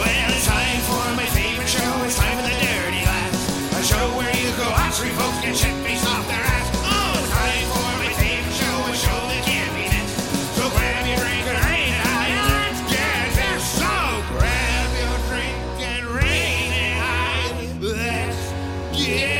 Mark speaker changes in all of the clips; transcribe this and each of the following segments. Speaker 1: Well, it's time for my favorite show. It's time for the Dirty Laps. A show where you go out, three folks get shit faced off their ass. Oh, it's time for my favorite show. A show that can't be missed. So grab your drink and rain it high. and Let's get this. So grab your drink and rain it high. Let's get this.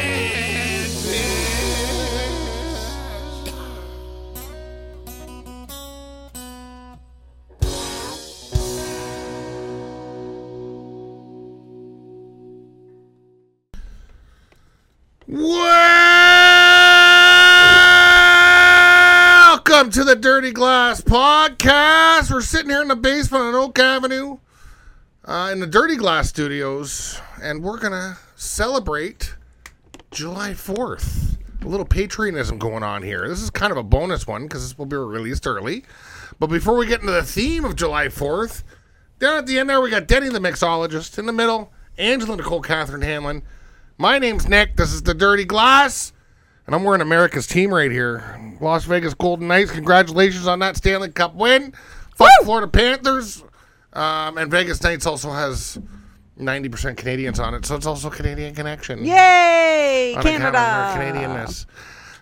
Speaker 2: Welcome to the Dirty Glass Podcast. We're sitting here in the basement on Oak Avenue uh, in the Dirty Glass Studios, and we're going to celebrate July 4th. A little patriotism going on here. This is kind of a bonus one because this will be released early. But before we get into the theme of July 4th, down at the end there, we got Denny the Mixologist. In the middle, Angela Nicole Catherine Hanlon. My name's Nick. This is the Dirty Glass. And I'm wearing America's team right here. Las Vegas Golden Knights, congratulations on that Stanley Cup win. Fuck Florida Panthers. Um, and Vegas Knights also has 90% Canadians on it, so it's also Canadian Connection.
Speaker 3: Yay,
Speaker 2: On account of
Speaker 3: Canada. Uh,
Speaker 2: their Canadianness.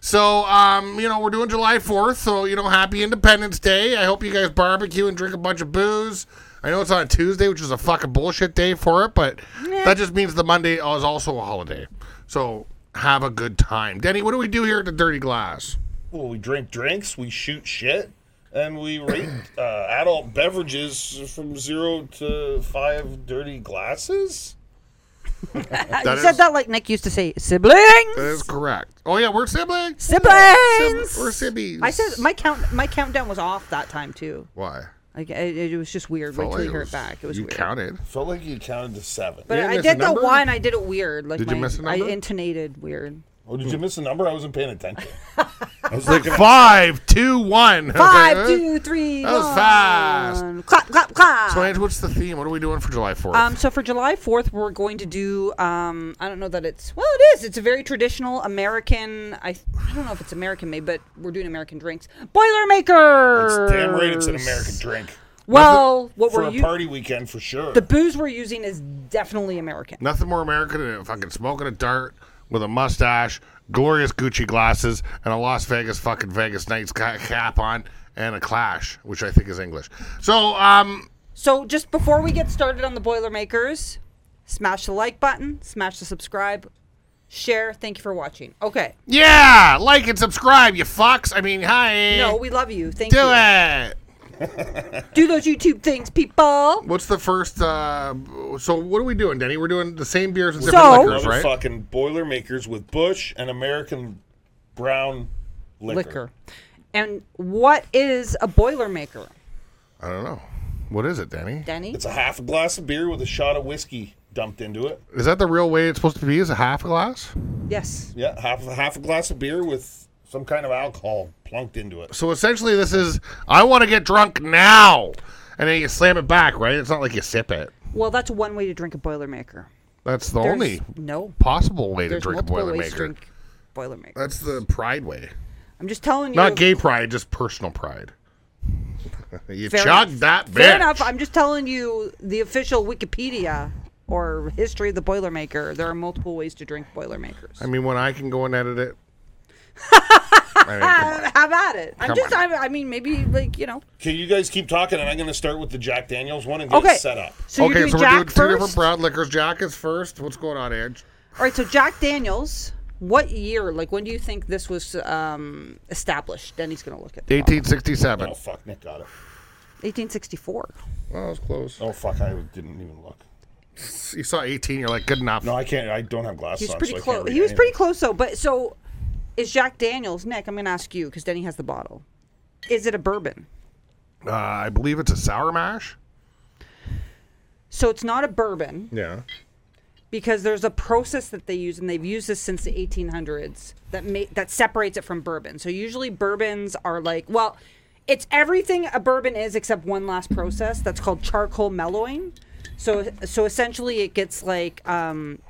Speaker 2: So, um, you know, we're doing July 4th, so, you know, happy Independence Day. I hope you guys barbecue and drink a bunch of booze. I know it's on a Tuesday, which is a fucking bullshit day for it, but that just means the Monday is also a holiday. So, have a good time. Denny, what do we do here at the Dirty Glass?
Speaker 4: Well, we drink drinks, we shoot shit, and we rate uh, adult beverages from zero to five dirty glasses.
Speaker 2: That
Speaker 3: Uh, you said
Speaker 2: is-
Speaker 3: that like Nick used to say, siblings.
Speaker 2: That is correct. Oh, yeah, we're siblings.
Speaker 3: siblings.
Speaker 2: We're sibbies.
Speaker 3: I said my count. My countdown was off that time too.
Speaker 2: Why?
Speaker 3: Like it, it was just weird. Wait
Speaker 2: Well,
Speaker 3: till you
Speaker 2: it
Speaker 3: hear
Speaker 2: was-
Speaker 3: it back. It was
Speaker 2: you
Speaker 3: weird.
Speaker 2: counted.
Speaker 4: Felt like you counted to seven.
Speaker 3: But
Speaker 2: You
Speaker 3: I
Speaker 2: missed
Speaker 3: did
Speaker 2: a
Speaker 3: the
Speaker 2: number?
Speaker 3: one. I did it weird. Like
Speaker 2: Did
Speaker 3: my,
Speaker 2: you miss a
Speaker 3: I
Speaker 2: number?
Speaker 3: intonated weird.
Speaker 4: oh, did you miss a number? I wasn't paying attention.
Speaker 2: I was like five, two, one.
Speaker 3: Five, two, three.
Speaker 2: That was
Speaker 3: one.
Speaker 2: fast.
Speaker 3: Clap, clap, clap.
Speaker 2: So, Ange, what's the theme? What are we doing for July 4th?
Speaker 3: Um, so for July 4th, we're going to do, um, I don't know that it's, well, it is. It's a very traditional American, I, I don't know if it's American made, but we're doing American drinks. Boilermakers!
Speaker 4: It's damn right it's an American drink.
Speaker 3: Well, what
Speaker 4: For
Speaker 3: we're
Speaker 4: a
Speaker 3: using,
Speaker 4: party weekend, for sure.
Speaker 3: the booze we're using is definitely American.
Speaker 2: Nothing more American than fucking smoking a dart with a mustache, glorious Gucci glasses, and a Las Vegas fucking Vegas Knights ca- cap on, and a clash, which I think is English. So, um,
Speaker 3: So just before we get started on the Boilermakers, smash the like button, smash the subscribe, share. Thank you for watching. Okay.
Speaker 2: yeah, like and subscribe, you fucks. I mean, hi.
Speaker 3: No, we love you. Thank
Speaker 2: do
Speaker 3: you.
Speaker 2: it.
Speaker 3: Do those YouTube things, people.
Speaker 2: What's the first? uh So, what are we doing, Denny? We're doing the same beers and
Speaker 3: So-
Speaker 2: different liquors,
Speaker 4: Another
Speaker 2: right?
Speaker 4: fucking Boilermakers with Bush and American brown liquor.
Speaker 3: Liquor. And what is a Boilermaker?
Speaker 2: I don't know. What is it, Denny?
Speaker 3: Denny?
Speaker 4: It's a half a glass of beer with a shot of whiskey dumped into it.
Speaker 2: Is that the real way it's supposed to be? Is a half a glass?
Speaker 3: Yes.
Speaker 4: Yeah, half half a glass of beer with some kind of alcohol plunked into it.
Speaker 2: So essentially, this is I want to get drunk now, and then you slam it back, right? It's not like you sip it.
Speaker 3: Well, that's one way to drink a Boilermaker.
Speaker 2: That's the
Speaker 3: There's-
Speaker 2: only
Speaker 3: No.
Speaker 2: possible way to
Speaker 3: There's
Speaker 2: drink a
Speaker 3: multiple ways to
Speaker 2: boilermaker.
Speaker 3: drink Boilermaker.
Speaker 2: That's the pride way,
Speaker 3: I'm just telling you.
Speaker 2: not gay pride, just personal pride. you
Speaker 3: Fair
Speaker 2: chug
Speaker 3: enough.
Speaker 2: that bitch.
Speaker 3: Fair enough. I'm just telling you the official Wikipedia or history of the Boilermaker. There are multiple ways to drink Boilermakers.
Speaker 2: I mean, when I can go and edit it. I mean, come on.
Speaker 3: Have at Uh, it. I'm
Speaker 2: Come
Speaker 3: just.
Speaker 2: on.
Speaker 3: I'm, I mean, maybe like you know.
Speaker 4: Okay, you guys keep talking, and I'm going to start with the Jack Daniels one and get
Speaker 3: Okay.
Speaker 4: it set up.
Speaker 3: So you're
Speaker 2: okay,
Speaker 3: doing
Speaker 2: so we're doing
Speaker 3: Jack
Speaker 2: two different
Speaker 3: first. All
Speaker 2: brown liquors. Jack is first. What's going on, Edge?
Speaker 3: right. So Jack Daniels. What year? Like when do you think this was um, established? Denny's gonna look at. that.
Speaker 2: 1867.
Speaker 4: Oh fuck, Nick got it.
Speaker 3: 1864.
Speaker 2: Oh, that was close.
Speaker 4: Oh fuck, I didn't even look.
Speaker 2: You saw 18. You're like, good enough.
Speaker 4: No, I can't. I don't have glasses
Speaker 3: He was
Speaker 4: on.
Speaker 3: pretty
Speaker 4: so I can't
Speaker 3: close.
Speaker 4: read
Speaker 3: He was
Speaker 4: anything.
Speaker 3: pretty close though. But so is Jack Daniels. Nick, I'm gonna ask you because Denny has the bottle. Is it a bourbon?
Speaker 2: Uh, I believe it's a sour mash.
Speaker 3: So it's not a bourbon.
Speaker 2: Yeah.
Speaker 3: because there's a process that they use, and they've used this since the 1800s that ma- that separates it from bourbon. So usually bourbons are like, well, It's everything a bourbon is except one last process that's called charcoal mellowing. So so essentially it gets like um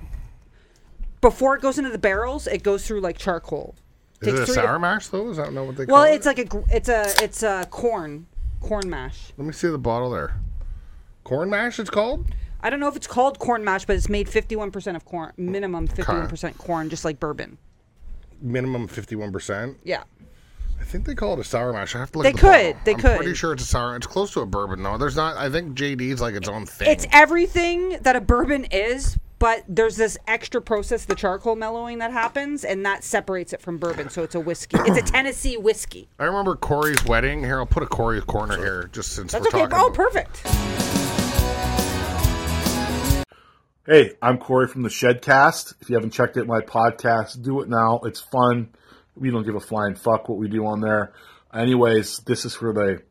Speaker 3: before it goes into the barrels, it goes through like charcoal.
Speaker 2: Is
Speaker 3: Takes
Speaker 2: it a
Speaker 3: three to-
Speaker 2: sour mash though? Is that not what they call
Speaker 3: well,
Speaker 2: it?
Speaker 3: it's like a gr- it's a it's a corn corn mash.
Speaker 2: Let me see the bottle there. Corn mash, it's called.
Speaker 3: I don't know if it's called corn mash, but it's made 51% of corn, minimum 51% corn, just like bourbon.
Speaker 2: Minimum fifty-one percent.
Speaker 3: Yeah.
Speaker 2: I think they call it a sour mash. I have to look.
Speaker 3: They
Speaker 2: at the
Speaker 3: could,
Speaker 2: bottle.
Speaker 3: they
Speaker 2: I'm
Speaker 3: could.
Speaker 2: Pretty sure it's a sour. It's close to a bourbon. No, there's not. I think JD's like its own thing.
Speaker 3: It's everything that a bourbon is, but there's this extra process, the charcoal mellowing that happens, and that separates it from bourbon. So it's a whiskey. It's a Tennessee whiskey.
Speaker 2: I remember Corey's wedding. Here, I'll put a Corey corner here, just since
Speaker 3: That's
Speaker 2: we're
Speaker 3: okay.
Speaker 2: talking.
Speaker 3: Oh,
Speaker 2: about-
Speaker 3: perfect.
Speaker 5: Hey, I'm Corey from the Shedcast. If you haven't checked out my podcast, do it now. It's fun. We don't give a flying fuck what we do on there. Anyways, this is for the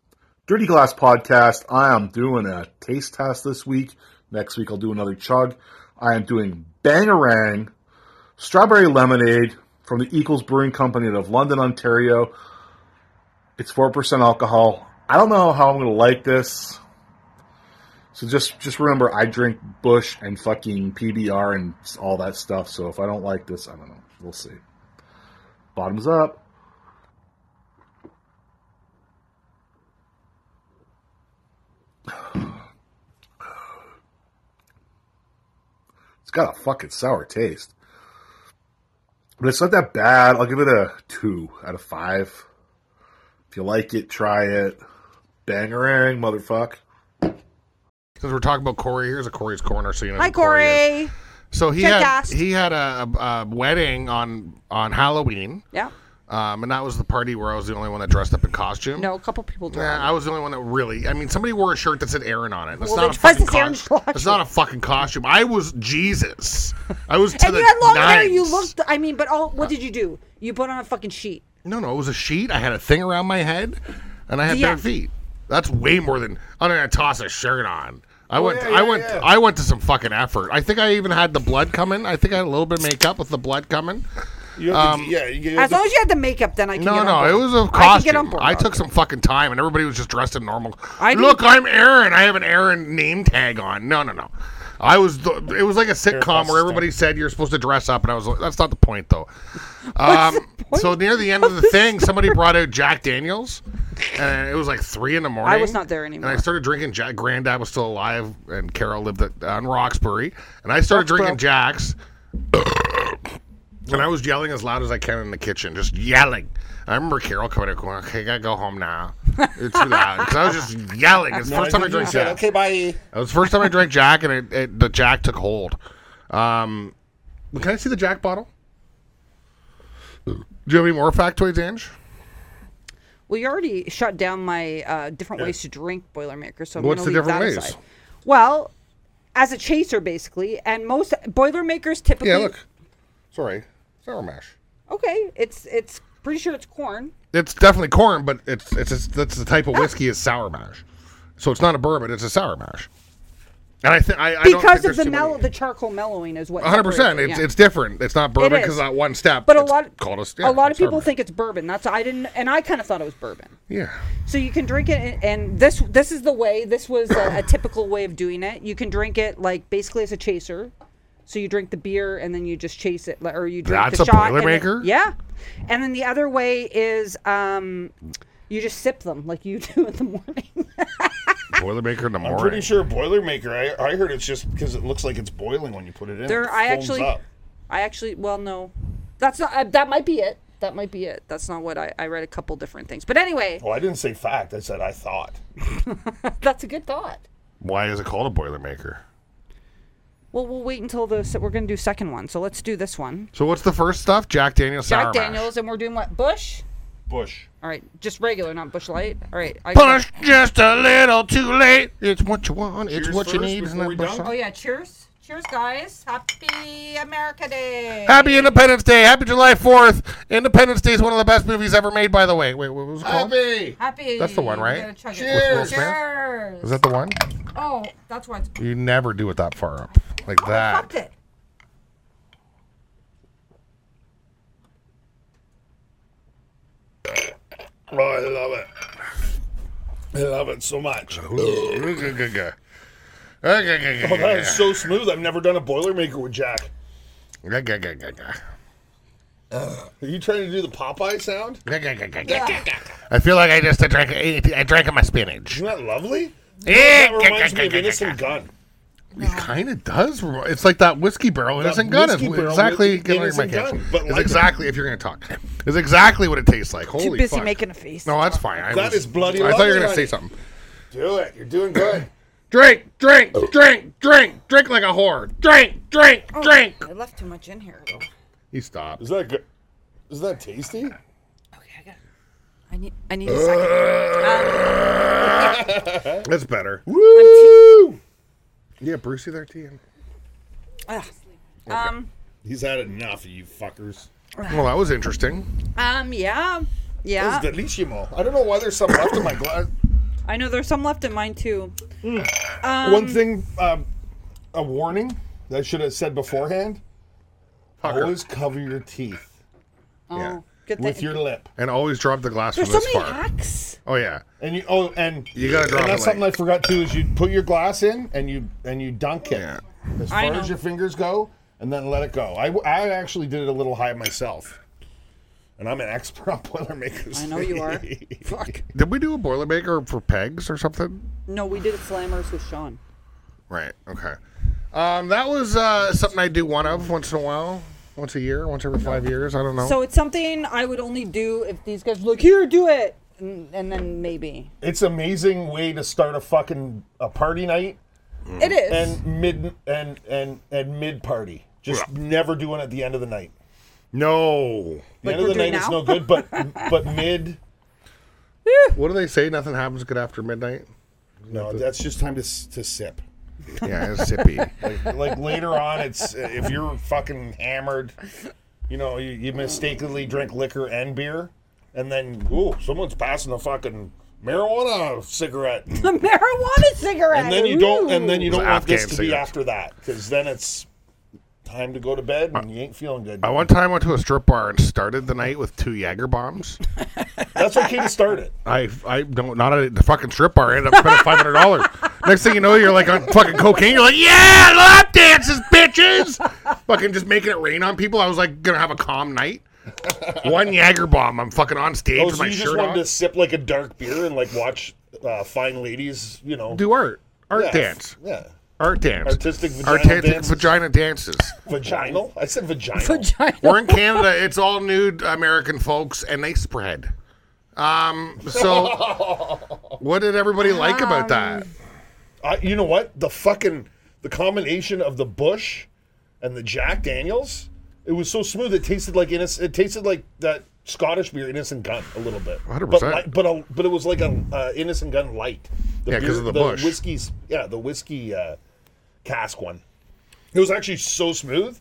Speaker 5: Dirty Glass podcast. I am doing a taste test this week. Next week, I'll do another chug. I am doing Bangarang Strawberry Lemonade from the Equals Brewing Company out of London, Ontario. It's 4% alcohol. I don't know how I'm going to like this. So just just remember, I drink Bush and fucking PBR and all that stuff. So if I don't like this, I don't know. We'll see. Bottoms up. It's got a fucking sour taste, but it's not that bad. I'll give it a two out of five. If you like it, try it. Bangarang, motherfucker.
Speaker 2: Since we're talking about Corey, here's a Corey's corner. So you know.
Speaker 3: Hi,
Speaker 2: who is.
Speaker 3: Corey.
Speaker 2: So he
Speaker 3: Check
Speaker 2: had
Speaker 3: cast.
Speaker 2: he had a, a, a wedding on on Halloween,
Speaker 3: Yeah.
Speaker 2: um, and that was the party where I was the only one that dressed up in costume.
Speaker 3: No, a couple people do.
Speaker 2: Yeah, I was the only one that really. I mean, somebody wore a shirt that said Aaron on it. That's
Speaker 3: Well,
Speaker 2: not
Speaker 3: they
Speaker 2: a fucking
Speaker 3: dressed as
Speaker 2: costume.
Speaker 3: Aaron
Speaker 2: That's not a fucking costume. I was Jesus. I was. To
Speaker 3: and
Speaker 2: the
Speaker 3: you had long hair.
Speaker 2: nines.
Speaker 3: You looked. I mean, but all. What did you do? You put on a fucking sheet.
Speaker 2: No, no, it was a sheet. I had a thing around my head, and I had
Speaker 3: Yeah.
Speaker 2: bare feet. That's way more than oh, I'm gonna toss a shirt on. I went.
Speaker 5: Oh, yeah,
Speaker 2: I
Speaker 5: yeah,
Speaker 2: went.
Speaker 5: yeah.
Speaker 2: I went to some fucking effort. I think I even had the blood coming. I think I had a little bit of makeup with the blood coming.
Speaker 4: You have
Speaker 2: Um,
Speaker 4: to, yeah, you have
Speaker 3: As
Speaker 4: to,
Speaker 3: long as you had the makeup, then I can.
Speaker 2: No,
Speaker 3: get on
Speaker 2: no,
Speaker 3: board.
Speaker 2: it was a
Speaker 3: I can get on
Speaker 2: costume.
Speaker 3: board.
Speaker 2: I, took some fucking time, and everybody was just dressed in normal.
Speaker 3: I
Speaker 2: Look, I'm Aaron. I have an Aaron name tag on. No, no, no. I was. The, it was like a sitcom where everybody said you're supposed to dress up, and I was. like, That's not the point, though. Um, So near the end of the thing, somebody brought out Jack Daniels, and it was like three in the morning.
Speaker 3: I was not there anymore.
Speaker 2: And I started drinking Jack. Granddad was still alive, and Carol lived at, on Roxbury, and I started drinking Jack's. And I was yelling as loud as I can in the kitchen, just yelling. I remember Carol coming out going, okay, I gotta go home now. It's too loud. Because I was just yelling. It's the first time I
Speaker 4: you
Speaker 2: drank
Speaker 4: said,
Speaker 2: Jack.
Speaker 4: okay, bye.
Speaker 2: It was the first time I drank Jack, and it, it, the Jack took hold. Um, can I see the Jack bottle? Do you have any more factoids, Ange?
Speaker 3: Well, you already shut down my uh, different ways to drink Boilermaker, so I'm
Speaker 2: What's
Speaker 3: gonna
Speaker 2: the
Speaker 3: leave that
Speaker 2: different ways?
Speaker 3: aside. Well, as a chaser, basically, and most Boilermakers typically.
Speaker 2: Yeah, look. Sorry. Sour mash.
Speaker 3: Okay, it's it's pretty sure it's corn.
Speaker 2: It's definitely corn, but it's it's, it's that's the type of whiskey is sour mash. So it's not a bourbon; it's a sour mash. And I think I, I don't think
Speaker 3: Because of
Speaker 2: there's
Speaker 3: the
Speaker 2: too many-
Speaker 3: mellow, the charcoal mellowing is what.
Speaker 2: A hundred percent.
Speaker 3: separates it,
Speaker 2: It's
Speaker 3: yeah.
Speaker 2: it's different. It's not bourbon
Speaker 3: is.
Speaker 2: because that one step.
Speaker 3: But a
Speaker 2: it's
Speaker 3: lot,
Speaker 2: called us.
Speaker 3: a lot of people think it's bourbon. That's I didn't, and I kind of thought it was bourbon.
Speaker 2: Yeah.
Speaker 3: So you can drink it, and- and this this is the way. This was a, a typical way of doing it. You can drink it like basically as a chaser. So you drink the beer and then you just chase it, like- or you drink
Speaker 2: That's
Speaker 3: the
Speaker 2: a
Speaker 3: shot. and then-
Speaker 2: Boilermaker?
Speaker 3: yeah, and then the other way is um, you just sip them like you do in the morning.
Speaker 2: Boilermaker in the
Speaker 4: I'm
Speaker 2: morning.
Speaker 4: pretty sure Boilermaker. I, I heard it's just because it looks like it's boiling when you put it in.
Speaker 3: there,
Speaker 4: it
Speaker 3: I
Speaker 4: foams
Speaker 3: actually,
Speaker 4: up.
Speaker 3: I actually, well, no, that's not. Uh, that might be it. That might be it. That's not what I. I read a couple different things, but anyway,
Speaker 2: Oh.
Speaker 4: Well, I didn't say fact. I said I thought.
Speaker 3: that's a good thought.
Speaker 2: Why is it called a Boilermaker?
Speaker 3: Well, we'll wait until the. We're gonna do second one, so let's do this one.
Speaker 2: So what's the first stuff? Jack Daniels.
Speaker 3: Jack
Speaker 2: sour
Speaker 3: Daniels, and we're doing what? Bush.
Speaker 4: Bush.
Speaker 3: All right, just regular, not Bush Light. All right. I
Speaker 2: Mash. Push just a little too late. It's what you want. It's
Speaker 4: Cheers
Speaker 2: what you
Speaker 4: first
Speaker 2: need. isn't
Speaker 4: before
Speaker 2: that
Speaker 4: we
Speaker 2: what
Speaker 4: dunk?
Speaker 3: Oh
Speaker 2: song?
Speaker 3: yeah, cheers, cheers, guys. Happy America Day.
Speaker 2: Happy Independence Day. Happy July Fourth. Independence Day is one of the best movies ever made. By the way, wait, what was it called?
Speaker 4: Happy.
Speaker 3: Happy.
Speaker 2: That's the one,
Speaker 3: we
Speaker 2: right?
Speaker 3: gotta chug it.
Speaker 2: With Will
Speaker 3: Cheers.
Speaker 2: Smith? Is that the one?
Speaker 3: Oh, that's why it's
Speaker 2: You never do it that far up, like that.
Speaker 3: fucked it.
Speaker 4: Oh, I love it. I love it so much. Oh, that is
Speaker 2: That's
Speaker 4: so smooth. I've never done a Boilermaker with Jack. Are you trying to do the Popeye sound?
Speaker 2: I feel like I just drank. I drank my spinach.
Speaker 4: Isn't that lovely?
Speaker 2: Yeah,
Speaker 4: That reminds me of Innocent Gun.
Speaker 2: It kind of does. remi- It's like that whiskey barrel innocent gun.
Speaker 4: whiskey
Speaker 2: It's
Speaker 4: barrel
Speaker 2: exactly
Speaker 4: with
Speaker 2: get out of my
Speaker 4: Innocent Gun,
Speaker 2: kitchen.
Speaker 4: but
Speaker 2: It's
Speaker 4: like-
Speaker 2: exactly if you're going to talk. It's exactly what it tastes like. Holy
Speaker 3: Too busy
Speaker 2: fuck.
Speaker 3: making a face.
Speaker 2: No, that's fine. I
Speaker 4: That
Speaker 2: was-
Speaker 4: is bloody
Speaker 2: I thought you were
Speaker 4: lovely,
Speaker 2: going to say
Speaker 4: honey.
Speaker 2: something.
Speaker 4: Do it. You're doing good.
Speaker 2: Drink, drink, drink, drink, drink like a whore. Drink, drink,
Speaker 4: Oh.
Speaker 2: drink.
Speaker 3: Oh, I left too much in here. though.
Speaker 2: He stopped.
Speaker 4: Is that good? Is that tasty?
Speaker 3: Okay, I got. I need. I need a second.
Speaker 2: That's better.
Speaker 4: Woo!
Speaker 2: Yeah, Brucey there, T.
Speaker 3: Ugh. Um.
Speaker 4: He's had enough, you fuckers.
Speaker 2: Well, that was interesting.
Speaker 3: Um. Yeah.
Speaker 4: It's
Speaker 3: Yeah.
Speaker 4: delissimo. I don't know why there's some left in my glass.
Speaker 3: I know there's some left in mine too.
Speaker 4: One thing, um, a warning that I should have said beforehand:
Speaker 2: Fucker.
Speaker 4: always cover your teeth
Speaker 3: Oh,
Speaker 2: Yeah.
Speaker 3: good
Speaker 4: with
Speaker 3: thing.
Speaker 4: your lip.
Speaker 2: And always drop the glass
Speaker 3: There's
Speaker 2: from
Speaker 3: so
Speaker 2: this
Speaker 3: many
Speaker 2: far.
Speaker 3: hacks.
Speaker 2: Oh yeah.
Speaker 4: And you oh, and
Speaker 2: You gotta drop
Speaker 4: And
Speaker 2: it
Speaker 4: that's something I
Speaker 2: like-
Speaker 4: forgot too is you put your glass in and you and you dunk it
Speaker 2: Yeah.
Speaker 4: as
Speaker 3: I
Speaker 4: far
Speaker 3: know.
Speaker 4: as your fingers go, and then let it go. I, I actually did it a little high myself, and I'm an expert on boilermakers.
Speaker 3: I know you are. Fuck.
Speaker 2: Did we do a boilermaker for pegs or something?
Speaker 3: No, we did slammers with Sean.
Speaker 2: Right. Okay. Um, that was uh, something I do one of once in a while, once a year, once every five years. I don't know.
Speaker 3: So it's something I would only do if these guys were like, here, do it. And, and then maybe.
Speaker 4: It's amazing way to start a fucking a party night
Speaker 3: It is.
Speaker 4: Mm. and mid and and and mid party. Just never doing it at the end of the night.
Speaker 2: no.
Speaker 4: The
Speaker 3: Like
Speaker 4: end of
Speaker 3: we're
Speaker 4: the night
Speaker 3: doing
Speaker 4: is
Speaker 3: now?
Speaker 4: no good, but but mid.
Speaker 2: What do they say? Nothing happens good after midnight.
Speaker 4: No, that's just time to s- to sip.
Speaker 2: Yeah, it's Uh, sippy.
Speaker 4: Like, like later on, it's if you're fucking hammered, you know, you, you mistakenly drink liquor and beer, and then ooh, someone's passing a fucking marijuana cigarette,
Speaker 3: the marijuana cigarette.
Speaker 4: and then you don't, and then you
Speaker 2: Ooh.
Speaker 4: don't want this
Speaker 2: Afghan
Speaker 4: to be
Speaker 2: cigarettes.
Speaker 4: after that, because then it's time to go to bed and you ain't feeling good.
Speaker 2: Uh, I one time went to a strip bar and started the night with two Jager bombs.
Speaker 4: That's okay to start it.
Speaker 2: I I don't not at the fucking strip bar. I ended up spending five hundred dollars. Next thing you know, you're like on fucking cocaine. You're like, yeah, lap dances, bitches. fucking just making it rain on people. I was like gonna have a calm night. One Jager bomb. I'm fucking on stage
Speaker 4: Oh,
Speaker 2: with
Speaker 4: so
Speaker 2: my
Speaker 4: you just
Speaker 2: shirt
Speaker 4: wanted
Speaker 2: on.
Speaker 4: to sip like a dark beer and like watch uh, fine ladies, you know,
Speaker 2: Do art, art
Speaker 4: yeah,
Speaker 2: dance.
Speaker 4: yeah,
Speaker 2: Art dance.
Speaker 4: Artistic vagina
Speaker 2: Artistic
Speaker 4: dances.
Speaker 2: vagina dances.
Speaker 4: vaginal. I said vaginal.
Speaker 3: Vagina.
Speaker 2: We're in Canada. It's all nude American folks, and they spread. Um. So, what did everybody like about that?
Speaker 4: I, you know what? The fucking the combination of the Bush and the Jack Daniels, it was so smooth. It tasted like innocent. It tasted like that Scottish beer, Innocent Gun, a little bit.
Speaker 2: 100%.
Speaker 4: But li- but a, but it was like a uh, Innocent Gun light. The
Speaker 2: Yeah, 'cause
Speaker 4: beer-
Speaker 2: of the Bush.
Speaker 4: Whiskey's yeah, the whiskey uh, cask one. It was actually so smooth.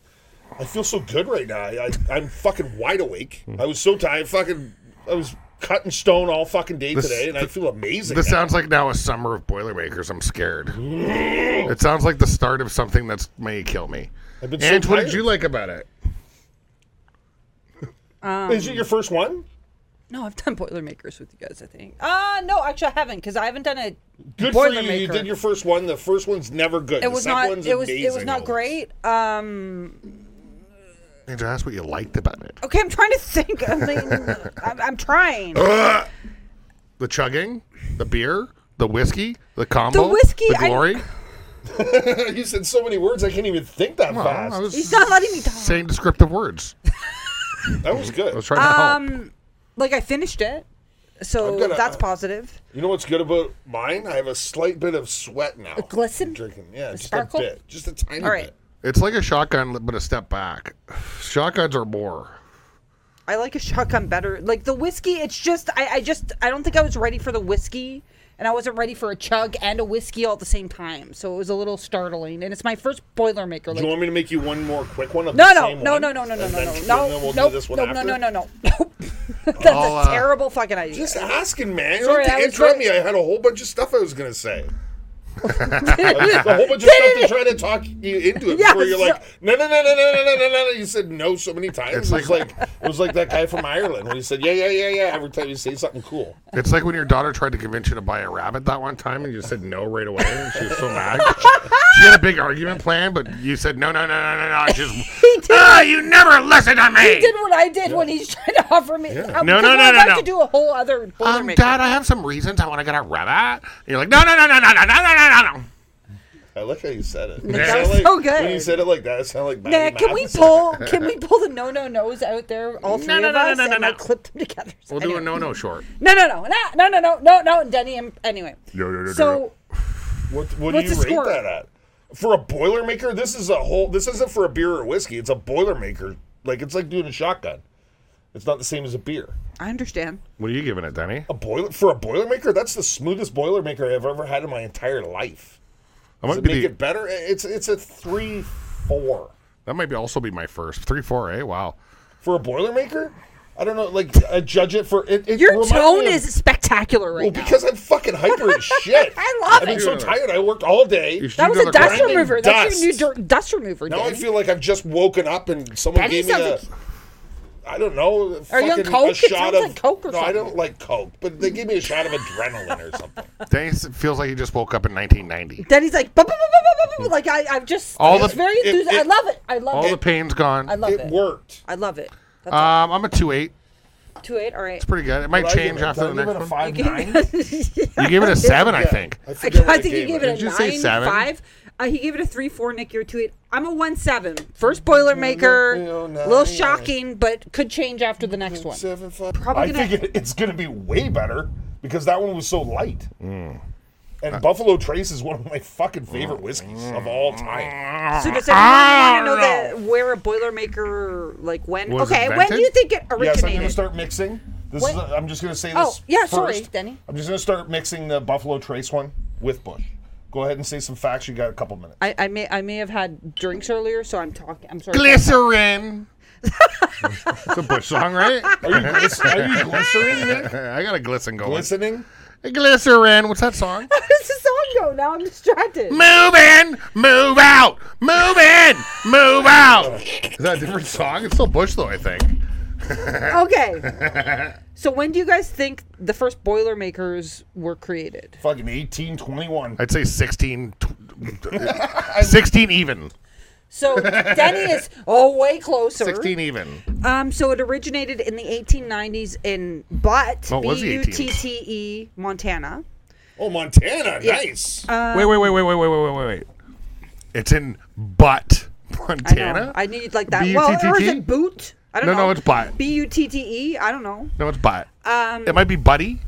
Speaker 4: I feel so good right now. I, I, I'm fucking wide awake.
Speaker 2: Hmm.
Speaker 4: I was so tired. Fucking, I was cut in stone all fucking day
Speaker 2: This-
Speaker 4: today, and I feel amazing.
Speaker 2: This
Speaker 4: now.
Speaker 2: sounds like now a summer of Boilermakers. I'm scared. it sounds like the start of something that's may kill me.
Speaker 4: I've been so
Speaker 2: Ange, what did
Speaker 4: tired.
Speaker 2: you like about it?
Speaker 4: Is it your first one?
Speaker 3: No, I've done Boilermakers with you guys, I think. Uh, no, actually, I haven't because I haven't done a
Speaker 4: Good for you. You
Speaker 3: Boilermaker.
Speaker 4: did your first one. The first one's never good.
Speaker 3: It
Speaker 4: The
Speaker 3: was
Speaker 4: second
Speaker 3: not.
Speaker 4: One's
Speaker 3: It was. It was
Speaker 4: amazing.
Speaker 3: not great. Um.
Speaker 2: Ange, ask what you liked about it.
Speaker 3: Okay, I'm trying to think. I mean, I'm, I'm trying.
Speaker 4: Uh,
Speaker 2: The chugging, the beer, the whiskey, the combo,
Speaker 3: The whiskey,
Speaker 2: the
Speaker 3: I-
Speaker 2: glory.
Speaker 4: you said so many words. I can't even think that
Speaker 2: Well,
Speaker 4: fast.
Speaker 2: I was
Speaker 3: He's not letting me talk.
Speaker 2: saying descriptive words. I
Speaker 4: that was good.
Speaker 2: was trying to help.
Speaker 3: Um, Like I finished it, so
Speaker 4: I've got a-
Speaker 3: that's positive.
Speaker 4: you know what's good about mine? I have a slight bit of sweat now.
Speaker 3: glisten?
Speaker 4: Drinking, yeah, just
Speaker 3: sparkle?
Speaker 4: a bit, just a tiny
Speaker 3: All right,
Speaker 4: bit.
Speaker 2: It's like a shotgun, but a step back. Shotguns are more.
Speaker 3: I like a shotgun better. Like the whiskey, it's just I, I just I don't think I was ready for the whiskey, and I wasn't ready for a chug and a whiskey all at the same time. So it was a little startling, and it's my first Boilermaker.
Speaker 4: Do you
Speaker 3: Like,
Speaker 4: want me to make you one more quick one of
Speaker 3: no,
Speaker 4: the
Speaker 3: no,
Speaker 4: same
Speaker 3: no,
Speaker 4: one?
Speaker 3: no, no, no, no,
Speaker 4: And
Speaker 3: no,
Speaker 4: then-
Speaker 3: no,
Speaker 4: and
Speaker 3: no,
Speaker 4: then we'll
Speaker 3: nope,
Speaker 4: do this one
Speaker 3: no,
Speaker 4: after? Oh,
Speaker 3: no, no, no, no, nope. That's
Speaker 2: I'll,
Speaker 3: a
Speaker 2: uh,
Speaker 3: terrible fucking idea.
Speaker 4: Just asking, man. You
Speaker 3: Sorry,
Speaker 4: don't have
Speaker 3: I
Speaker 4: to
Speaker 3: was
Speaker 4: interrupt
Speaker 3: very-
Speaker 4: me. I had a whole bunch of stuff I was gonna say. There's a whole bunch of stuff to try to talk you into it
Speaker 3: Yeah,
Speaker 4: before you're
Speaker 3: so-
Speaker 4: like no no no no no no no no no. You said no so many times.
Speaker 2: It's
Speaker 4: It's like, like it was like that guy from Ireland when he said yeah yeah yeah yeah every time you say something cool.
Speaker 2: It's like when your daughter tried to convince you to buy a rabbit that one time and you said no right away. And she was so mad. she had a big argument planned, but you said no, no, no, no, no, no. Just, ah, you never listen to me.
Speaker 3: did what I did when he's trying to offer me. I'm,
Speaker 2: No, no, no,
Speaker 3: I'm
Speaker 2: no,
Speaker 3: about
Speaker 2: no.
Speaker 3: to do a whole other boilermaker.
Speaker 2: Um, Dad, I have some reasons I want to get a rabbit. And you're like, no, no, no, no, no, no, no, no, no, no.
Speaker 4: I like how you said it.
Speaker 2: That
Speaker 4: Sound
Speaker 2: was
Speaker 4: like,
Speaker 3: so good.
Speaker 4: When you said it like that, it sounded like
Speaker 3: Nah,
Speaker 4: Matty
Speaker 3: can we
Speaker 4: Matheson.
Speaker 3: pull? Can we pull the no no nos out there? All three
Speaker 2: no,
Speaker 3: of
Speaker 2: no,
Speaker 3: us,
Speaker 2: no, no,
Speaker 3: and
Speaker 2: no.
Speaker 3: I'll clip them together.
Speaker 2: We'll do a no, no short.
Speaker 3: No, no, no, no, no, no, no, no, no, and Denny. And, anyway,
Speaker 2: No, no, no, no,
Speaker 3: so
Speaker 4: What, what do
Speaker 3: What's
Speaker 4: you
Speaker 3: the
Speaker 4: rate
Speaker 3: score?
Speaker 4: that at? For a Boilermaker, this is a whole. This isn't for a beer or whiskey. It's a Boilermaker. Like it's like doing a shotgun. It's not the same as a beer.
Speaker 3: I understand.
Speaker 2: What are you giving it, Denny?
Speaker 4: A boiler for a Boilermaker. That's the smoothest Boilermaker I've ever had in my entire life.
Speaker 2: That
Speaker 4: Does
Speaker 2: might,
Speaker 4: it
Speaker 2: be
Speaker 4: make
Speaker 2: the,
Speaker 4: it better? It's it's a three four
Speaker 2: that might be also be my first. 3 4, eh? Wow.
Speaker 4: for a Boilermaker. I don't know. Like I judge it for it. it
Speaker 3: Your
Speaker 4: reminds me
Speaker 3: tone
Speaker 4: of-
Speaker 3: is spectacular right
Speaker 4: well
Speaker 3: now.
Speaker 4: because I'm fucking hyper as shit.
Speaker 3: I love
Speaker 4: I've been
Speaker 3: it.
Speaker 4: so tired. I worked all day.
Speaker 2: You should
Speaker 3: That
Speaker 2: do
Speaker 3: was a
Speaker 2: another
Speaker 3: dust
Speaker 2: question.
Speaker 4: grinding
Speaker 3: remover. That's your new
Speaker 4: dust.
Speaker 3: dur- dust remover.
Speaker 4: Now I
Speaker 3: Danny.
Speaker 4: feel like I've just woken up and someone
Speaker 3: That
Speaker 4: gave me
Speaker 3: sounds
Speaker 4: a.
Speaker 3: like-
Speaker 4: I don't know.
Speaker 3: Are you on
Speaker 4: fucking
Speaker 3: coke?
Speaker 4: A
Speaker 3: It
Speaker 4: shot
Speaker 3: sounds
Speaker 4: of
Speaker 3: like coke or
Speaker 4: no, I don't
Speaker 3: something.
Speaker 4: like coke, but they gave me a shot of adrenaline or something.
Speaker 2: Denny s- feels like he just woke up in 1990.
Speaker 3: Then he's like, "Bup, bup, bup, bup, bup, bup," like I, I've just.
Speaker 2: All
Speaker 3: All
Speaker 2: the-
Speaker 3: it's very
Speaker 4: it-
Speaker 3: enthusiastic.
Speaker 4: it-
Speaker 3: I love it. I love
Speaker 2: All the
Speaker 3: it.
Speaker 2: pain's gone.
Speaker 3: I
Speaker 2: Um,
Speaker 3: love
Speaker 4: it
Speaker 3: it.
Speaker 4: worked.
Speaker 3: I love it. That's
Speaker 2: I'm a 2 8.
Speaker 3: two eight. All right.
Speaker 2: Pretty good. It might
Speaker 4: Did I
Speaker 2: change
Speaker 4: give it-
Speaker 2: after the
Speaker 4: did I give it
Speaker 2: next
Speaker 4: a
Speaker 2: one.
Speaker 4: Five nine.
Speaker 2: You gave it a 7, I think.
Speaker 4: I,
Speaker 3: I,
Speaker 4: forget what
Speaker 3: I think he gave it a
Speaker 4: it.
Speaker 2: Did you say
Speaker 3: nine
Speaker 2: seven?
Speaker 3: five. Uh, he gave it a three four. Nick, you're two eight. I'm a one seven. First Boilermaker.
Speaker 4: No, no, no,
Speaker 3: A little
Speaker 4: no.
Speaker 3: shocking, but could change after the next one.
Speaker 4: Seven five.
Speaker 3: Probably
Speaker 4: I
Speaker 3: gonna-
Speaker 4: think it, it's going to be way better because that one was so light. And Buffalo Trace is one of my fucking favorite whiskeys of all time.
Speaker 3: So does everyone want to know that where a Boilermaker like when?
Speaker 2: Was
Speaker 3: okay,
Speaker 2: it
Speaker 3: when do you
Speaker 2: vented?
Speaker 3: think it
Speaker 4: Yes, I'm
Speaker 3: originated?
Speaker 4: going to start mixing. This is.
Speaker 3: What?
Speaker 4: I'm just going to say this.
Speaker 3: Oh, yeah,
Speaker 4: first.
Speaker 3: sorry, Denny.
Speaker 4: I'm just going to start mixing the Buffalo Trace one with Bush. Go ahead and say some facts. You got a couple minutes.
Speaker 3: I, I may I may have had drinks earlier, so I'm talking. I'm sorry.
Speaker 2: Glycerin. it's a Bush song, right?
Speaker 4: Are you, glis- are you glycerin, Nick?
Speaker 2: I got a glisten going.
Speaker 4: Glistening?
Speaker 2: Glycerin. What's that song?
Speaker 3: How does the song go? Now I'm distracted.
Speaker 2: move in, move out, move in, move out. Is that a different song? It's still Bush, though, I think.
Speaker 3: Okay. so when do you guys think the first Boilermakers were created?
Speaker 4: Fucking 1821.
Speaker 2: I'd say 16, tw- 16 even.
Speaker 3: So Denny is oh way closer.
Speaker 2: 16 even.
Speaker 3: Um, so it originated in the 1890s in Butt,
Speaker 2: Oh, it was
Speaker 3: B
Speaker 2: the
Speaker 3: U
Speaker 2: 18s.
Speaker 3: T T E, Montana.
Speaker 4: Oh, Montana. Nice.
Speaker 3: Uh,
Speaker 2: wait, wait, wait, wait, wait, wait, wait, wait, wait. It's in Butt,
Speaker 3: I know.
Speaker 2: Montana?
Speaker 3: I need like that. Well, or is
Speaker 2: B-U-T-T-T?
Speaker 3: it boot? I don't
Speaker 2: No,
Speaker 3: know.
Speaker 2: no, it's Butt.
Speaker 3: B U T T E. I don't know.
Speaker 2: No, it's Butt. Um, it might be Buddy.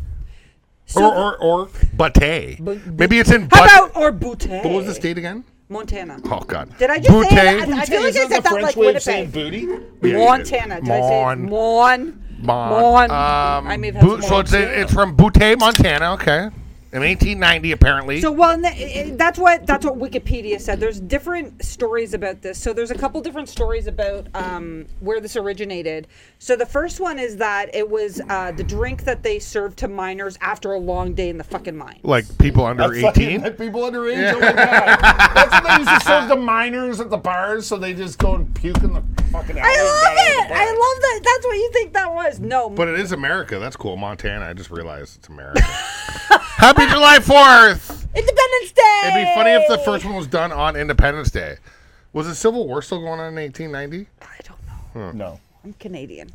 Speaker 2: or, or, or Butte.
Speaker 3: But-
Speaker 2: Maybe it's in
Speaker 3: How
Speaker 2: Butt.
Speaker 3: about or Butte?
Speaker 2: what was the state again?
Speaker 3: Montana.
Speaker 2: Oh, God.
Speaker 3: Did I just
Speaker 2: Butte?
Speaker 3: say that? I, I feel like I
Speaker 4: Isn't
Speaker 3: said
Speaker 4: the
Speaker 3: that
Speaker 4: French
Speaker 3: like
Speaker 4: way of saying
Speaker 3: Winnipeg.
Speaker 4: booty?
Speaker 2: Yeah, you
Speaker 3: Montana. Did I say
Speaker 2: Mon.
Speaker 3: Mon?
Speaker 2: Mon. Um,
Speaker 3: I may have had
Speaker 2: Boot,
Speaker 3: some
Speaker 2: so it's,
Speaker 3: Montana.
Speaker 2: it's from Butte, Montana. Okay, in 1890, apparently.
Speaker 3: So well, and that- i- i- that's what that's what Wikipedia said. There's different stories about this. So there's a couple different stories about um, where this originated. So the first one is that it was uh, the drink that they served to miners after a long day in the fucking mine.
Speaker 2: like people under
Speaker 4: Fucking
Speaker 2: 18.
Speaker 4: people underage. Oh my god, that's what they used to serve the minors at the bars, so they just go and puke in the fucking.
Speaker 2: oh,
Speaker 3: I love it. I love that. That's what you think that was. No,
Speaker 2: But it is America. That's cool. Montana. I just realized it's America. Happy July 4th.
Speaker 3: Independence Day.
Speaker 2: It'd be funny if the first one was done on Independence Day. Was the Civil War still going on in 1890?
Speaker 3: I don't know.
Speaker 4: it. No,
Speaker 3: I'm Canadian.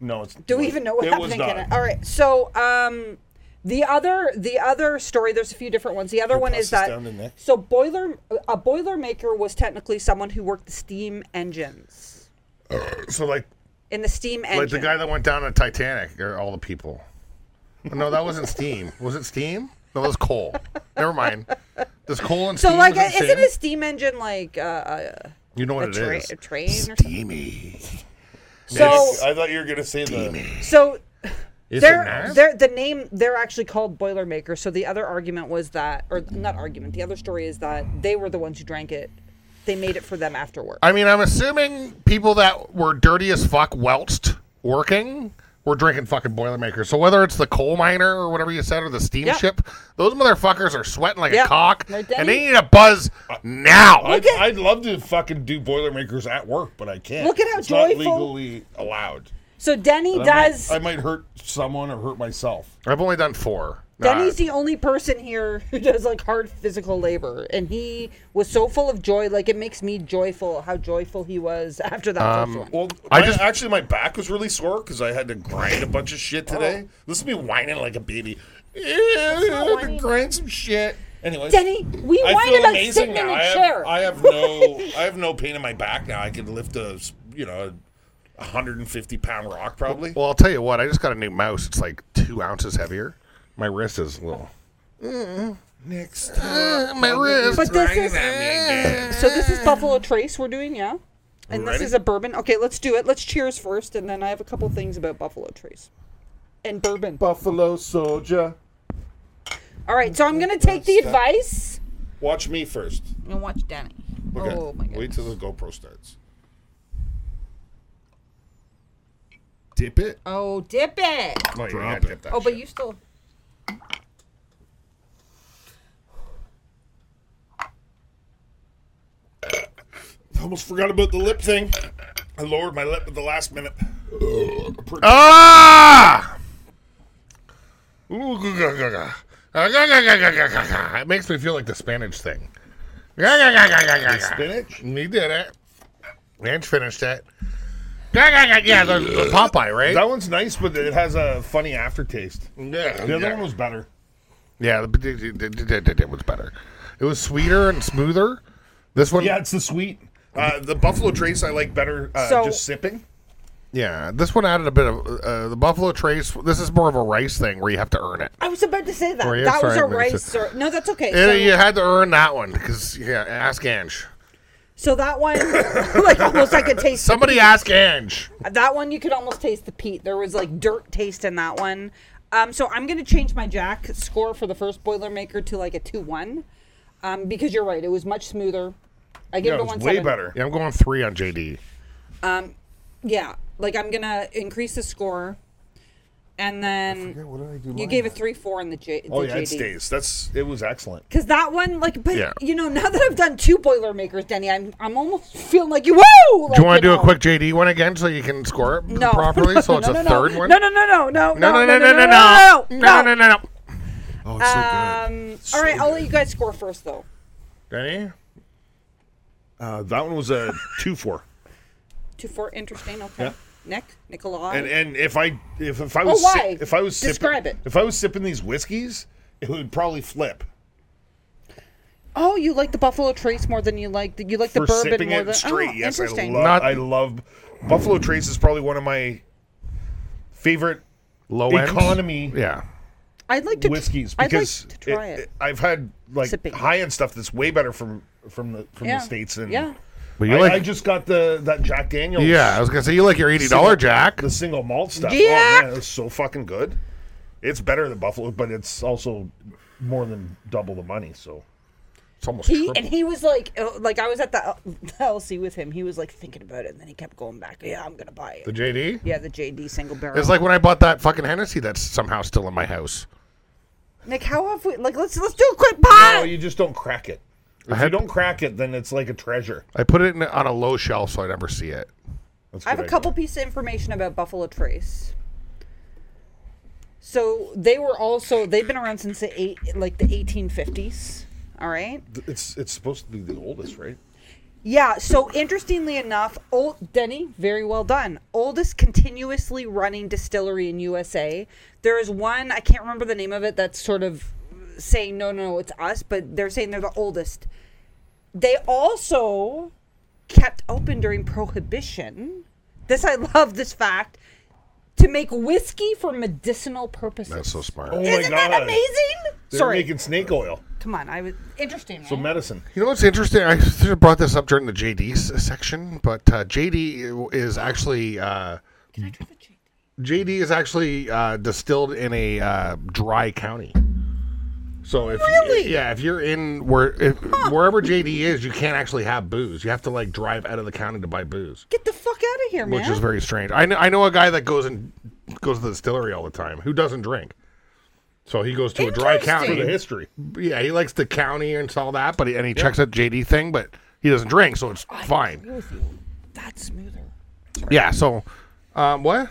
Speaker 4: no, it's.
Speaker 3: Do we even know what
Speaker 4: it
Speaker 3: happened
Speaker 4: was
Speaker 3: in
Speaker 4: not.
Speaker 3: Canada? All right. So, um, the other the other story. There's a few different ones. The other one
Speaker 4: pass
Speaker 3: is
Speaker 4: this
Speaker 3: that
Speaker 4: down to Nick.
Speaker 3: so boiler a boilermaker was technically someone who worked the steam engines
Speaker 2: So like
Speaker 3: in the steam engine.
Speaker 2: like the guy that went down on Titanic or all the people. No, that wasn't steam. Was it steam? No, that was coal. Never mind. Does coal and
Speaker 3: so
Speaker 2: steam
Speaker 3: like,
Speaker 2: is the
Speaker 3: isn't
Speaker 2: same?
Speaker 3: a steam engine like uh, uh,
Speaker 2: You know what
Speaker 3: a,
Speaker 2: it is?
Speaker 3: tra- a train? Or something?
Speaker 2: Steamy.
Speaker 3: So
Speaker 4: I thought you were gonna say the.
Speaker 3: so
Speaker 2: Is
Speaker 3: they're, they're the name they're actually called boilermaker. So the other argument was that, or not argument. The other story is that they were the ones who drank it. They made it for them after work.
Speaker 2: I mean, I'm assuming people that were dirty as fuck whilst working we're drinking fucking Boilermaker. So whether it's the coal miner or whatever you said or the steamship, those motherfuckers are sweating like
Speaker 3: Yeah.
Speaker 2: a cock,
Speaker 3: Right,
Speaker 2: and
Speaker 3: Denny?
Speaker 2: they need a buzz now.
Speaker 4: I'd, I'd love to fucking do Boilermakers at work, but I can't.
Speaker 3: Look at how
Speaker 4: it's
Speaker 3: joyful-
Speaker 4: not legally allowed.
Speaker 3: So Denny does.
Speaker 4: I might hurt someone or hurt myself.
Speaker 2: I've only done four.
Speaker 3: Denny's
Speaker 2: Nah.
Speaker 3: the only person here who does like hard physical labor, and he was so full of joy. Like it makes me joyful how joyful he was after that first one.
Speaker 4: Well,
Speaker 2: I
Speaker 4: my-
Speaker 2: just-
Speaker 4: actually my back was really sore because I had to grind a bunch of shit today. Listen to me whining like a baby. Yeah, I had to grind some shit. Anyways,
Speaker 3: Denny, we
Speaker 4: I
Speaker 3: whine
Speaker 4: feel
Speaker 3: about
Speaker 4: amazing
Speaker 3: sitting in
Speaker 4: now.
Speaker 3: a
Speaker 4: I have-
Speaker 3: chair.
Speaker 4: I have no, I have no pain in my back now. I can lift a, you know, a hundred and fifty pound rock
Speaker 3: e-
Speaker 4: probably.
Speaker 2: Well, I'll tell you what. I just got a new mouse. It's like two ounces heavier. My wrist is a little.
Speaker 4: Next,
Speaker 3: Uh,
Speaker 2: my wrist.
Speaker 3: But this is so. This is Buffalo Trace we're doing, yeah. And this
Speaker 4: Ready?
Speaker 3: is a bourbon. Okay, let's do it. Let's cheers first, and then I have a couple things about Buffalo Trace and bourbon.
Speaker 4: Buffalo Soldier.
Speaker 3: All right, so I'm gonna take the advice.
Speaker 4: Watch me first.
Speaker 3: I'm gonna watch Danny.
Speaker 4: Okay.
Speaker 3: Oh my god.
Speaker 4: Wait till the GoPro starts. Dip it.
Speaker 3: Oh, dip it.
Speaker 4: No, you
Speaker 2: Drop
Speaker 4: gotta
Speaker 2: it.
Speaker 4: dip that
Speaker 3: Oh, but
Speaker 4: shit.
Speaker 3: you still.
Speaker 4: Almost forgot about the lip thing. I lowered my lip at the last minute.
Speaker 2: Ah! Ooh, gah, gah, gah, gah. Ah, gah, gah, gah, gah, gah, gah, gah. It makes me feel like the Spanish thing. Gah, gah, gah, gah, gah, gah, gah.
Speaker 4: Spinach?
Speaker 2: He did it. And finished it. Gah, gah, gah, yeah, the, the Popeye, right?
Speaker 4: That one's nice, but it has a funny aftertaste.
Speaker 2: yeah,
Speaker 4: The other
Speaker 2: yeah.
Speaker 4: one was better.
Speaker 2: yeah, it was better. It was sweeter and smoother. This one,
Speaker 4: Yeah,
Speaker 2: yeah,
Speaker 4: it's the sweet. Uh, the Buffalo Trace I like better uh,
Speaker 3: So-
Speaker 4: just sipping.
Speaker 2: this one added a bit of uh, the Buffalo Trace. This is more of a rice thing where you have to earn it.
Speaker 3: I was about to say that.
Speaker 2: Were you?
Speaker 3: that was
Speaker 2: Sorry,
Speaker 3: a
Speaker 2: man.
Speaker 3: rice. Or... No, that's okay.
Speaker 2: Yeah,
Speaker 3: so,
Speaker 2: you had to earn that one because yeah, ask Ange.
Speaker 3: so that one, like almost I could taste. the
Speaker 2: Somebody ask Ange.
Speaker 3: That one you could almost taste the peat. There was like dirt taste in that one. Um, so I'm gonna change my Jack score for the first Boilermaker to like a two one, um, because you're right. It was much smoother. I give
Speaker 4: Yeah,
Speaker 3: it a
Speaker 4: it
Speaker 3: one
Speaker 4: was way
Speaker 3: seven.
Speaker 4: better.
Speaker 2: Yeah, I'm going three on JD.
Speaker 3: Yeah, like I'm gonna increase the score, and then
Speaker 4: What did I do?
Speaker 3: you gave a three four in the J. The
Speaker 4: Oh yeah,
Speaker 3: JD.
Speaker 4: it stays. That's it was excellent.
Speaker 3: Cause that one, like, but
Speaker 2: Yeah.
Speaker 3: you know, now that I've done two Boilermakers, Denny, I'm I'm almost feeling like you. Woo!
Speaker 2: Do you want to do
Speaker 3: know.
Speaker 2: a quick JD one again so you can score it
Speaker 3: no
Speaker 2: properly? so it's
Speaker 3: no,
Speaker 2: a
Speaker 3: no,
Speaker 2: third
Speaker 3: no.
Speaker 2: one.
Speaker 3: No, no, no, no, no,
Speaker 2: no, no, no, no, no, no, no, no, no.
Speaker 4: Oh, it's
Speaker 3: Um, all right, I'll let you guys score first, though.
Speaker 2: Ready?
Speaker 4: Uh, that one was a two four.
Speaker 3: Two four, interesting. Okay, Nick, Nikolai.
Speaker 4: And and if I if, if I
Speaker 3: Oh,
Speaker 4: was si-
Speaker 3: why?
Speaker 4: if I was sipping,
Speaker 3: Describe it.
Speaker 4: if I was sipping these whiskeys, it would probably flip.
Speaker 3: oh, you like the Buffalo Trace more than you like the you like the
Speaker 4: for
Speaker 3: bourbon
Speaker 4: sipping
Speaker 3: more
Speaker 4: it
Speaker 3: than
Speaker 4: straight.
Speaker 3: Oh,
Speaker 4: yes, I love.
Speaker 3: interesting.
Speaker 2: Not-
Speaker 4: I love Buffalo Trace is probably one of my favorite
Speaker 2: Low end.
Speaker 4: economy
Speaker 2: Yeah.
Speaker 3: I'd like to tr-
Speaker 4: whiskeys
Speaker 3: I'd like
Speaker 4: because
Speaker 3: to try it.
Speaker 4: I've had like
Speaker 3: Sipping.
Speaker 4: high end stuff that's way better from from the from
Speaker 3: Yeah.
Speaker 4: the states and
Speaker 3: Yeah.
Speaker 2: But you
Speaker 4: I,
Speaker 2: like.
Speaker 4: I just got the that Jack Daniel's.
Speaker 2: yeah, I was gonna say you like your eighty
Speaker 4: single-
Speaker 2: dollar Jack.
Speaker 4: the single malt stuff.
Speaker 3: Jack!
Speaker 4: Oh man, it's so fucking good. It's better than Buffalo, but it's also more than double the money. So
Speaker 2: It's almost.
Speaker 3: He
Speaker 2: triple.
Speaker 3: and he was like, uh, like I was at the, L- the LC with him. He was like thinking about it, and then he kept going back. Yeah, I'm gonna buy it.
Speaker 2: the JD.
Speaker 3: yeah, the JD single barrel.
Speaker 2: It's like when I bought that fucking Hennessy that's somehow still in my house.
Speaker 3: Nick, how have we? Like, let's let's do a quick pot.
Speaker 4: no, Oh, you just don't crack it. If
Speaker 2: had-
Speaker 4: you don't crack it, then it's like a treasure.
Speaker 2: I put it in, on a low shelf so I never see it.
Speaker 4: That's
Speaker 3: I have a
Speaker 4: good idea.
Speaker 3: couple pieces of information about Buffalo Trace. So they were also they've been around since the eight like the 1850s. All right.
Speaker 4: It's it's supposed to be the oldest, right?
Speaker 3: Yeah. So interestingly enough, old Denny, very well done. Oldest continuously running distillery in USA. There is one I can't remember the name of it that's sort of saying no, no, no, it's us, but they're saying they're the oldest. They also kept open during Prohibition. This I love this fact to make whiskey for medicinal purposes.
Speaker 2: That's so smart.
Speaker 4: Oh
Speaker 3: Isn't
Speaker 4: my
Speaker 3: that
Speaker 4: god!
Speaker 3: amazing?
Speaker 4: They're
Speaker 3: Sorry,
Speaker 4: making snake oil,
Speaker 3: come on. I was interesting.
Speaker 4: so
Speaker 3: right?
Speaker 4: medicine.
Speaker 2: You know what's interesting? I should have brought this up during the JD s- section, but uh, JD is actually. Uh, JD is actually uh, distilled in a uh, dry county. So if
Speaker 3: Really?
Speaker 2: yeah, if you're in where if, wherever JD is, you can't actually have booze. You have to like drive out of the county to buy booze,
Speaker 3: Get the fuck out of here, man.
Speaker 2: which is very strange. I know, I know a guy that goes and goes to the distillery all the time. Who doesn't drink? So he goes to a dry
Speaker 4: for the
Speaker 2: county.
Speaker 4: history.
Speaker 2: Yeah, he likes the county and all that, but he, and he checks that JD thing, but he doesn't drink, so it's fine.
Speaker 3: That's smoother.
Speaker 2: Yeah. So, um, what?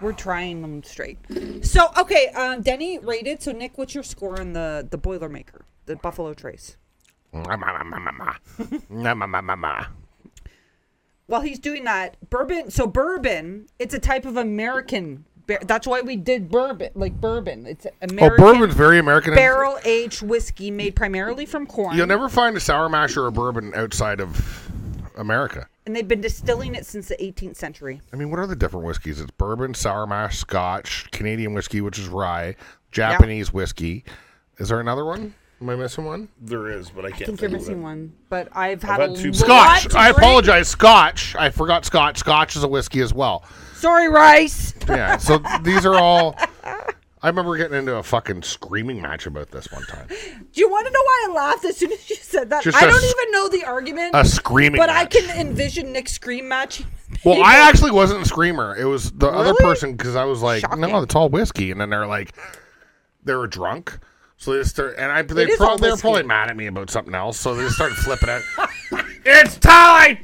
Speaker 3: We're trying them straight. So okay, um, Denny rated. So Nick, what's your score on the the Boilermaker, the Buffalo Trace?
Speaker 2: Ma, ma, ma, ma, ma. Ma, ma, ma, ma, ma.
Speaker 3: While he's doing that, bourbon. So bourbon, it's a type of American. Beer. That's why we did bourbon, like bourbon. It's
Speaker 2: Oh,
Speaker 3: American.
Speaker 2: bourbon's very American. and-
Speaker 3: barrel aged whiskey made primarily from corn.
Speaker 2: You'll never find a sour mash or a bourbon outside of America.
Speaker 3: and they've been distilling it since the 18th century.
Speaker 2: I mean, what are the different whiskeys? It's bourbon, sour mash, scotch, Canadian whiskey, which is rye, Japanese whiskey. Is there another one? Am I missing one?
Speaker 4: There is, but I can't.
Speaker 3: I think you're
Speaker 4: think of it.
Speaker 3: missing one, but I've had,
Speaker 4: had
Speaker 3: a
Speaker 4: two-
Speaker 3: lot
Speaker 2: Scotch.
Speaker 3: to
Speaker 2: I
Speaker 3: drink.
Speaker 2: apologize. Scotch. I forgot Scotch. Scotch is a whiskey as well.
Speaker 3: Sorry, Rice.
Speaker 2: Yeah. So these are all. I remember getting into a fucking screaming match about this one time.
Speaker 3: Do you want to know why I laughed as soon as you said that?
Speaker 2: Just
Speaker 3: I
Speaker 2: a
Speaker 3: don't
Speaker 2: s-
Speaker 3: even know the argument,
Speaker 2: A screaming.
Speaker 3: but I
Speaker 2: match.
Speaker 3: can envision Nick scream match.
Speaker 2: Well, I actually wasn't a screamer. It was the other
Speaker 3: Really?
Speaker 2: person because I was like, no,
Speaker 3: Shocking.
Speaker 2: it's all whiskey, and then they're like, they were drunk, so they just start, and I they
Speaker 3: It is all
Speaker 2: probably they're
Speaker 3: whiskey.
Speaker 2: probably mad at me about something else, so they just started flipping it. it's totally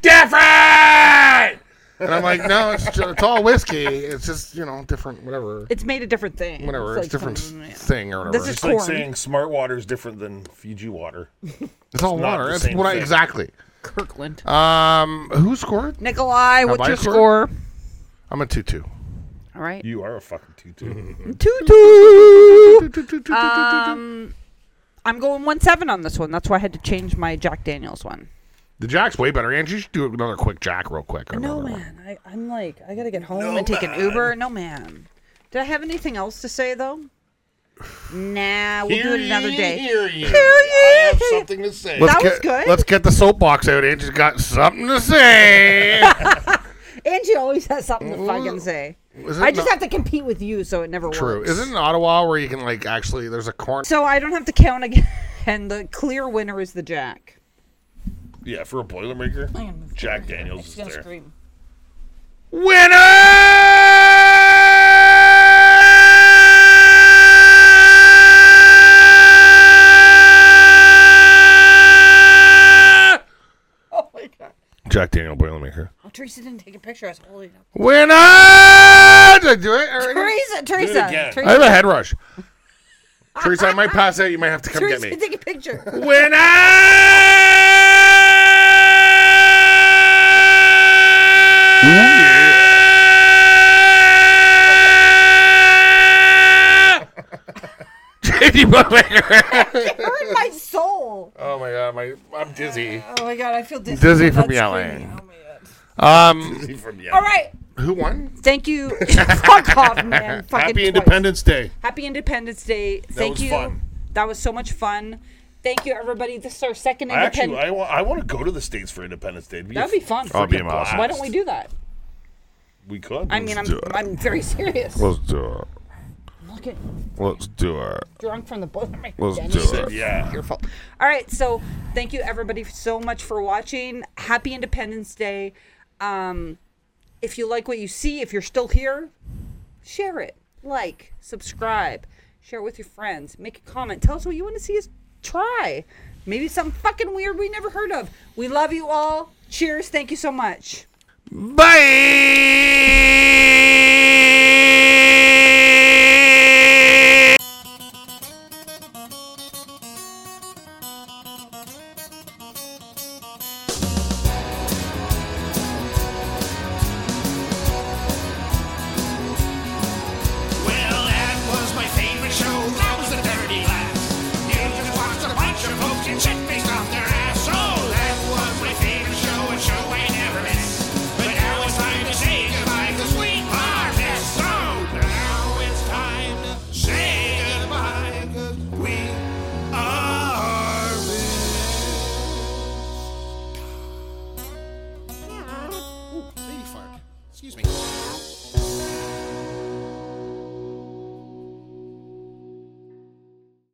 Speaker 2: different. And I'm like, no, it's, ju- it's all whiskey. It's just you know different, whatever,
Speaker 3: It's made a different thing.
Speaker 2: whatever. It's,
Speaker 3: like
Speaker 2: different
Speaker 3: some- yeah.
Speaker 2: s- thing or whatever.
Speaker 3: This is
Speaker 4: It's like
Speaker 3: Corn.
Speaker 4: saying smart water is different than Fiji water.
Speaker 2: it's all
Speaker 4: not
Speaker 2: water.
Speaker 4: the
Speaker 2: That's
Speaker 4: same
Speaker 2: what I
Speaker 4: thing.
Speaker 2: exactly.
Speaker 3: Kirkland.
Speaker 2: Um, who scored?
Speaker 3: Nikolai, what's
Speaker 2: I
Speaker 3: your score?
Speaker 2: scored? I'm a two two.
Speaker 3: All right.
Speaker 4: You are a fucking tutu.
Speaker 3: Two two. Um,
Speaker 2: The
Speaker 3: I'm going one seven on this one. That's why I had to change my Jack Daniels one.
Speaker 2: Jack's way better. Angie, you should do another quick Jack real quick. on
Speaker 3: No
Speaker 2: another one.
Speaker 3: man, I, I'm like I gotta get home and take an Uber. No man. Did I have anything else to say though? Nah, we'll do it another day.
Speaker 4: I have something to say.
Speaker 3: That
Speaker 2: get,
Speaker 3: was good.
Speaker 2: Let's get the soapbox out. Angie's got something to say.
Speaker 3: Angie always has something to fucking say.
Speaker 2: Is it
Speaker 3: I just
Speaker 2: not-
Speaker 3: have to compete with you, so it never
Speaker 2: True.
Speaker 3: works.
Speaker 2: Is it in Ottawa where you can like actually? There's a corn.
Speaker 3: So I don't have to count again. And the clear winner is the Jack.
Speaker 4: yeah, for a Boilermaker, Jack Daniels is there.
Speaker 3: Oh my god!
Speaker 2: Jack Daniel Boilermaker.
Speaker 3: Oh, Teresa didn't take a picture. I was holding it up.
Speaker 2: Winner! Did I do it? already?
Speaker 3: Teresa, Teresa,
Speaker 4: again.
Speaker 2: I
Speaker 3: Teresa,
Speaker 2: have a head rush. Teresa, I might pass out. You might have to come get
Speaker 3: Teresa,
Speaker 2: me.
Speaker 3: take a picture. Burn my soul.
Speaker 2: Oh my god, my I'm dizzy.
Speaker 3: Oh my god, I feel dizzy.
Speaker 2: Dizzy from
Speaker 3: That's
Speaker 2: yelling.
Speaker 3: screaming. Oh my god.
Speaker 2: Um,
Speaker 4: From
Speaker 3: All
Speaker 4: yeah.
Speaker 3: right.
Speaker 2: who won?
Speaker 3: Thank you. Fuck off, man. Fucking
Speaker 4: Happy
Speaker 3: twice.
Speaker 4: Independence Day.
Speaker 3: Happy Independence Day. Thank
Speaker 4: was
Speaker 3: you.
Speaker 4: fun.
Speaker 3: That was so much fun. Thank you, everybody. This is our second
Speaker 4: I
Speaker 3: Independence.
Speaker 4: actually, I want, I want to go to the states for Independence Day. It'd be a
Speaker 3: That'd be fun.
Speaker 2: I'll be
Speaker 4: freaking
Speaker 2: awesome.
Speaker 3: Why don't we do that?
Speaker 4: We could.
Speaker 3: I mean, I'm
Speaker 2: do it.
Speaker 3: I'm very serious.
Speaker 2: Let's do it.
Speaker 3: Look at
Speaker 2: Let's do it.
Speaker 3: drunk from the Boilermaker.
Speaker 2: Let's
Speaker 3: Denny.
Speaker 2: do it.
Speaker 4: yeah.
Speaker 3: Your fault. All right. So thank you, everybody, so much for watching. Happy Independence Day. Um, if you like what you see, if you're still here, share it, like, subscribe, share it with your friends, make a comment, tell us what you want to see us try. Maybe something fucking weird we never heard of. We love you all. Cheers. Thank you so much.
Speaker 2: Bye.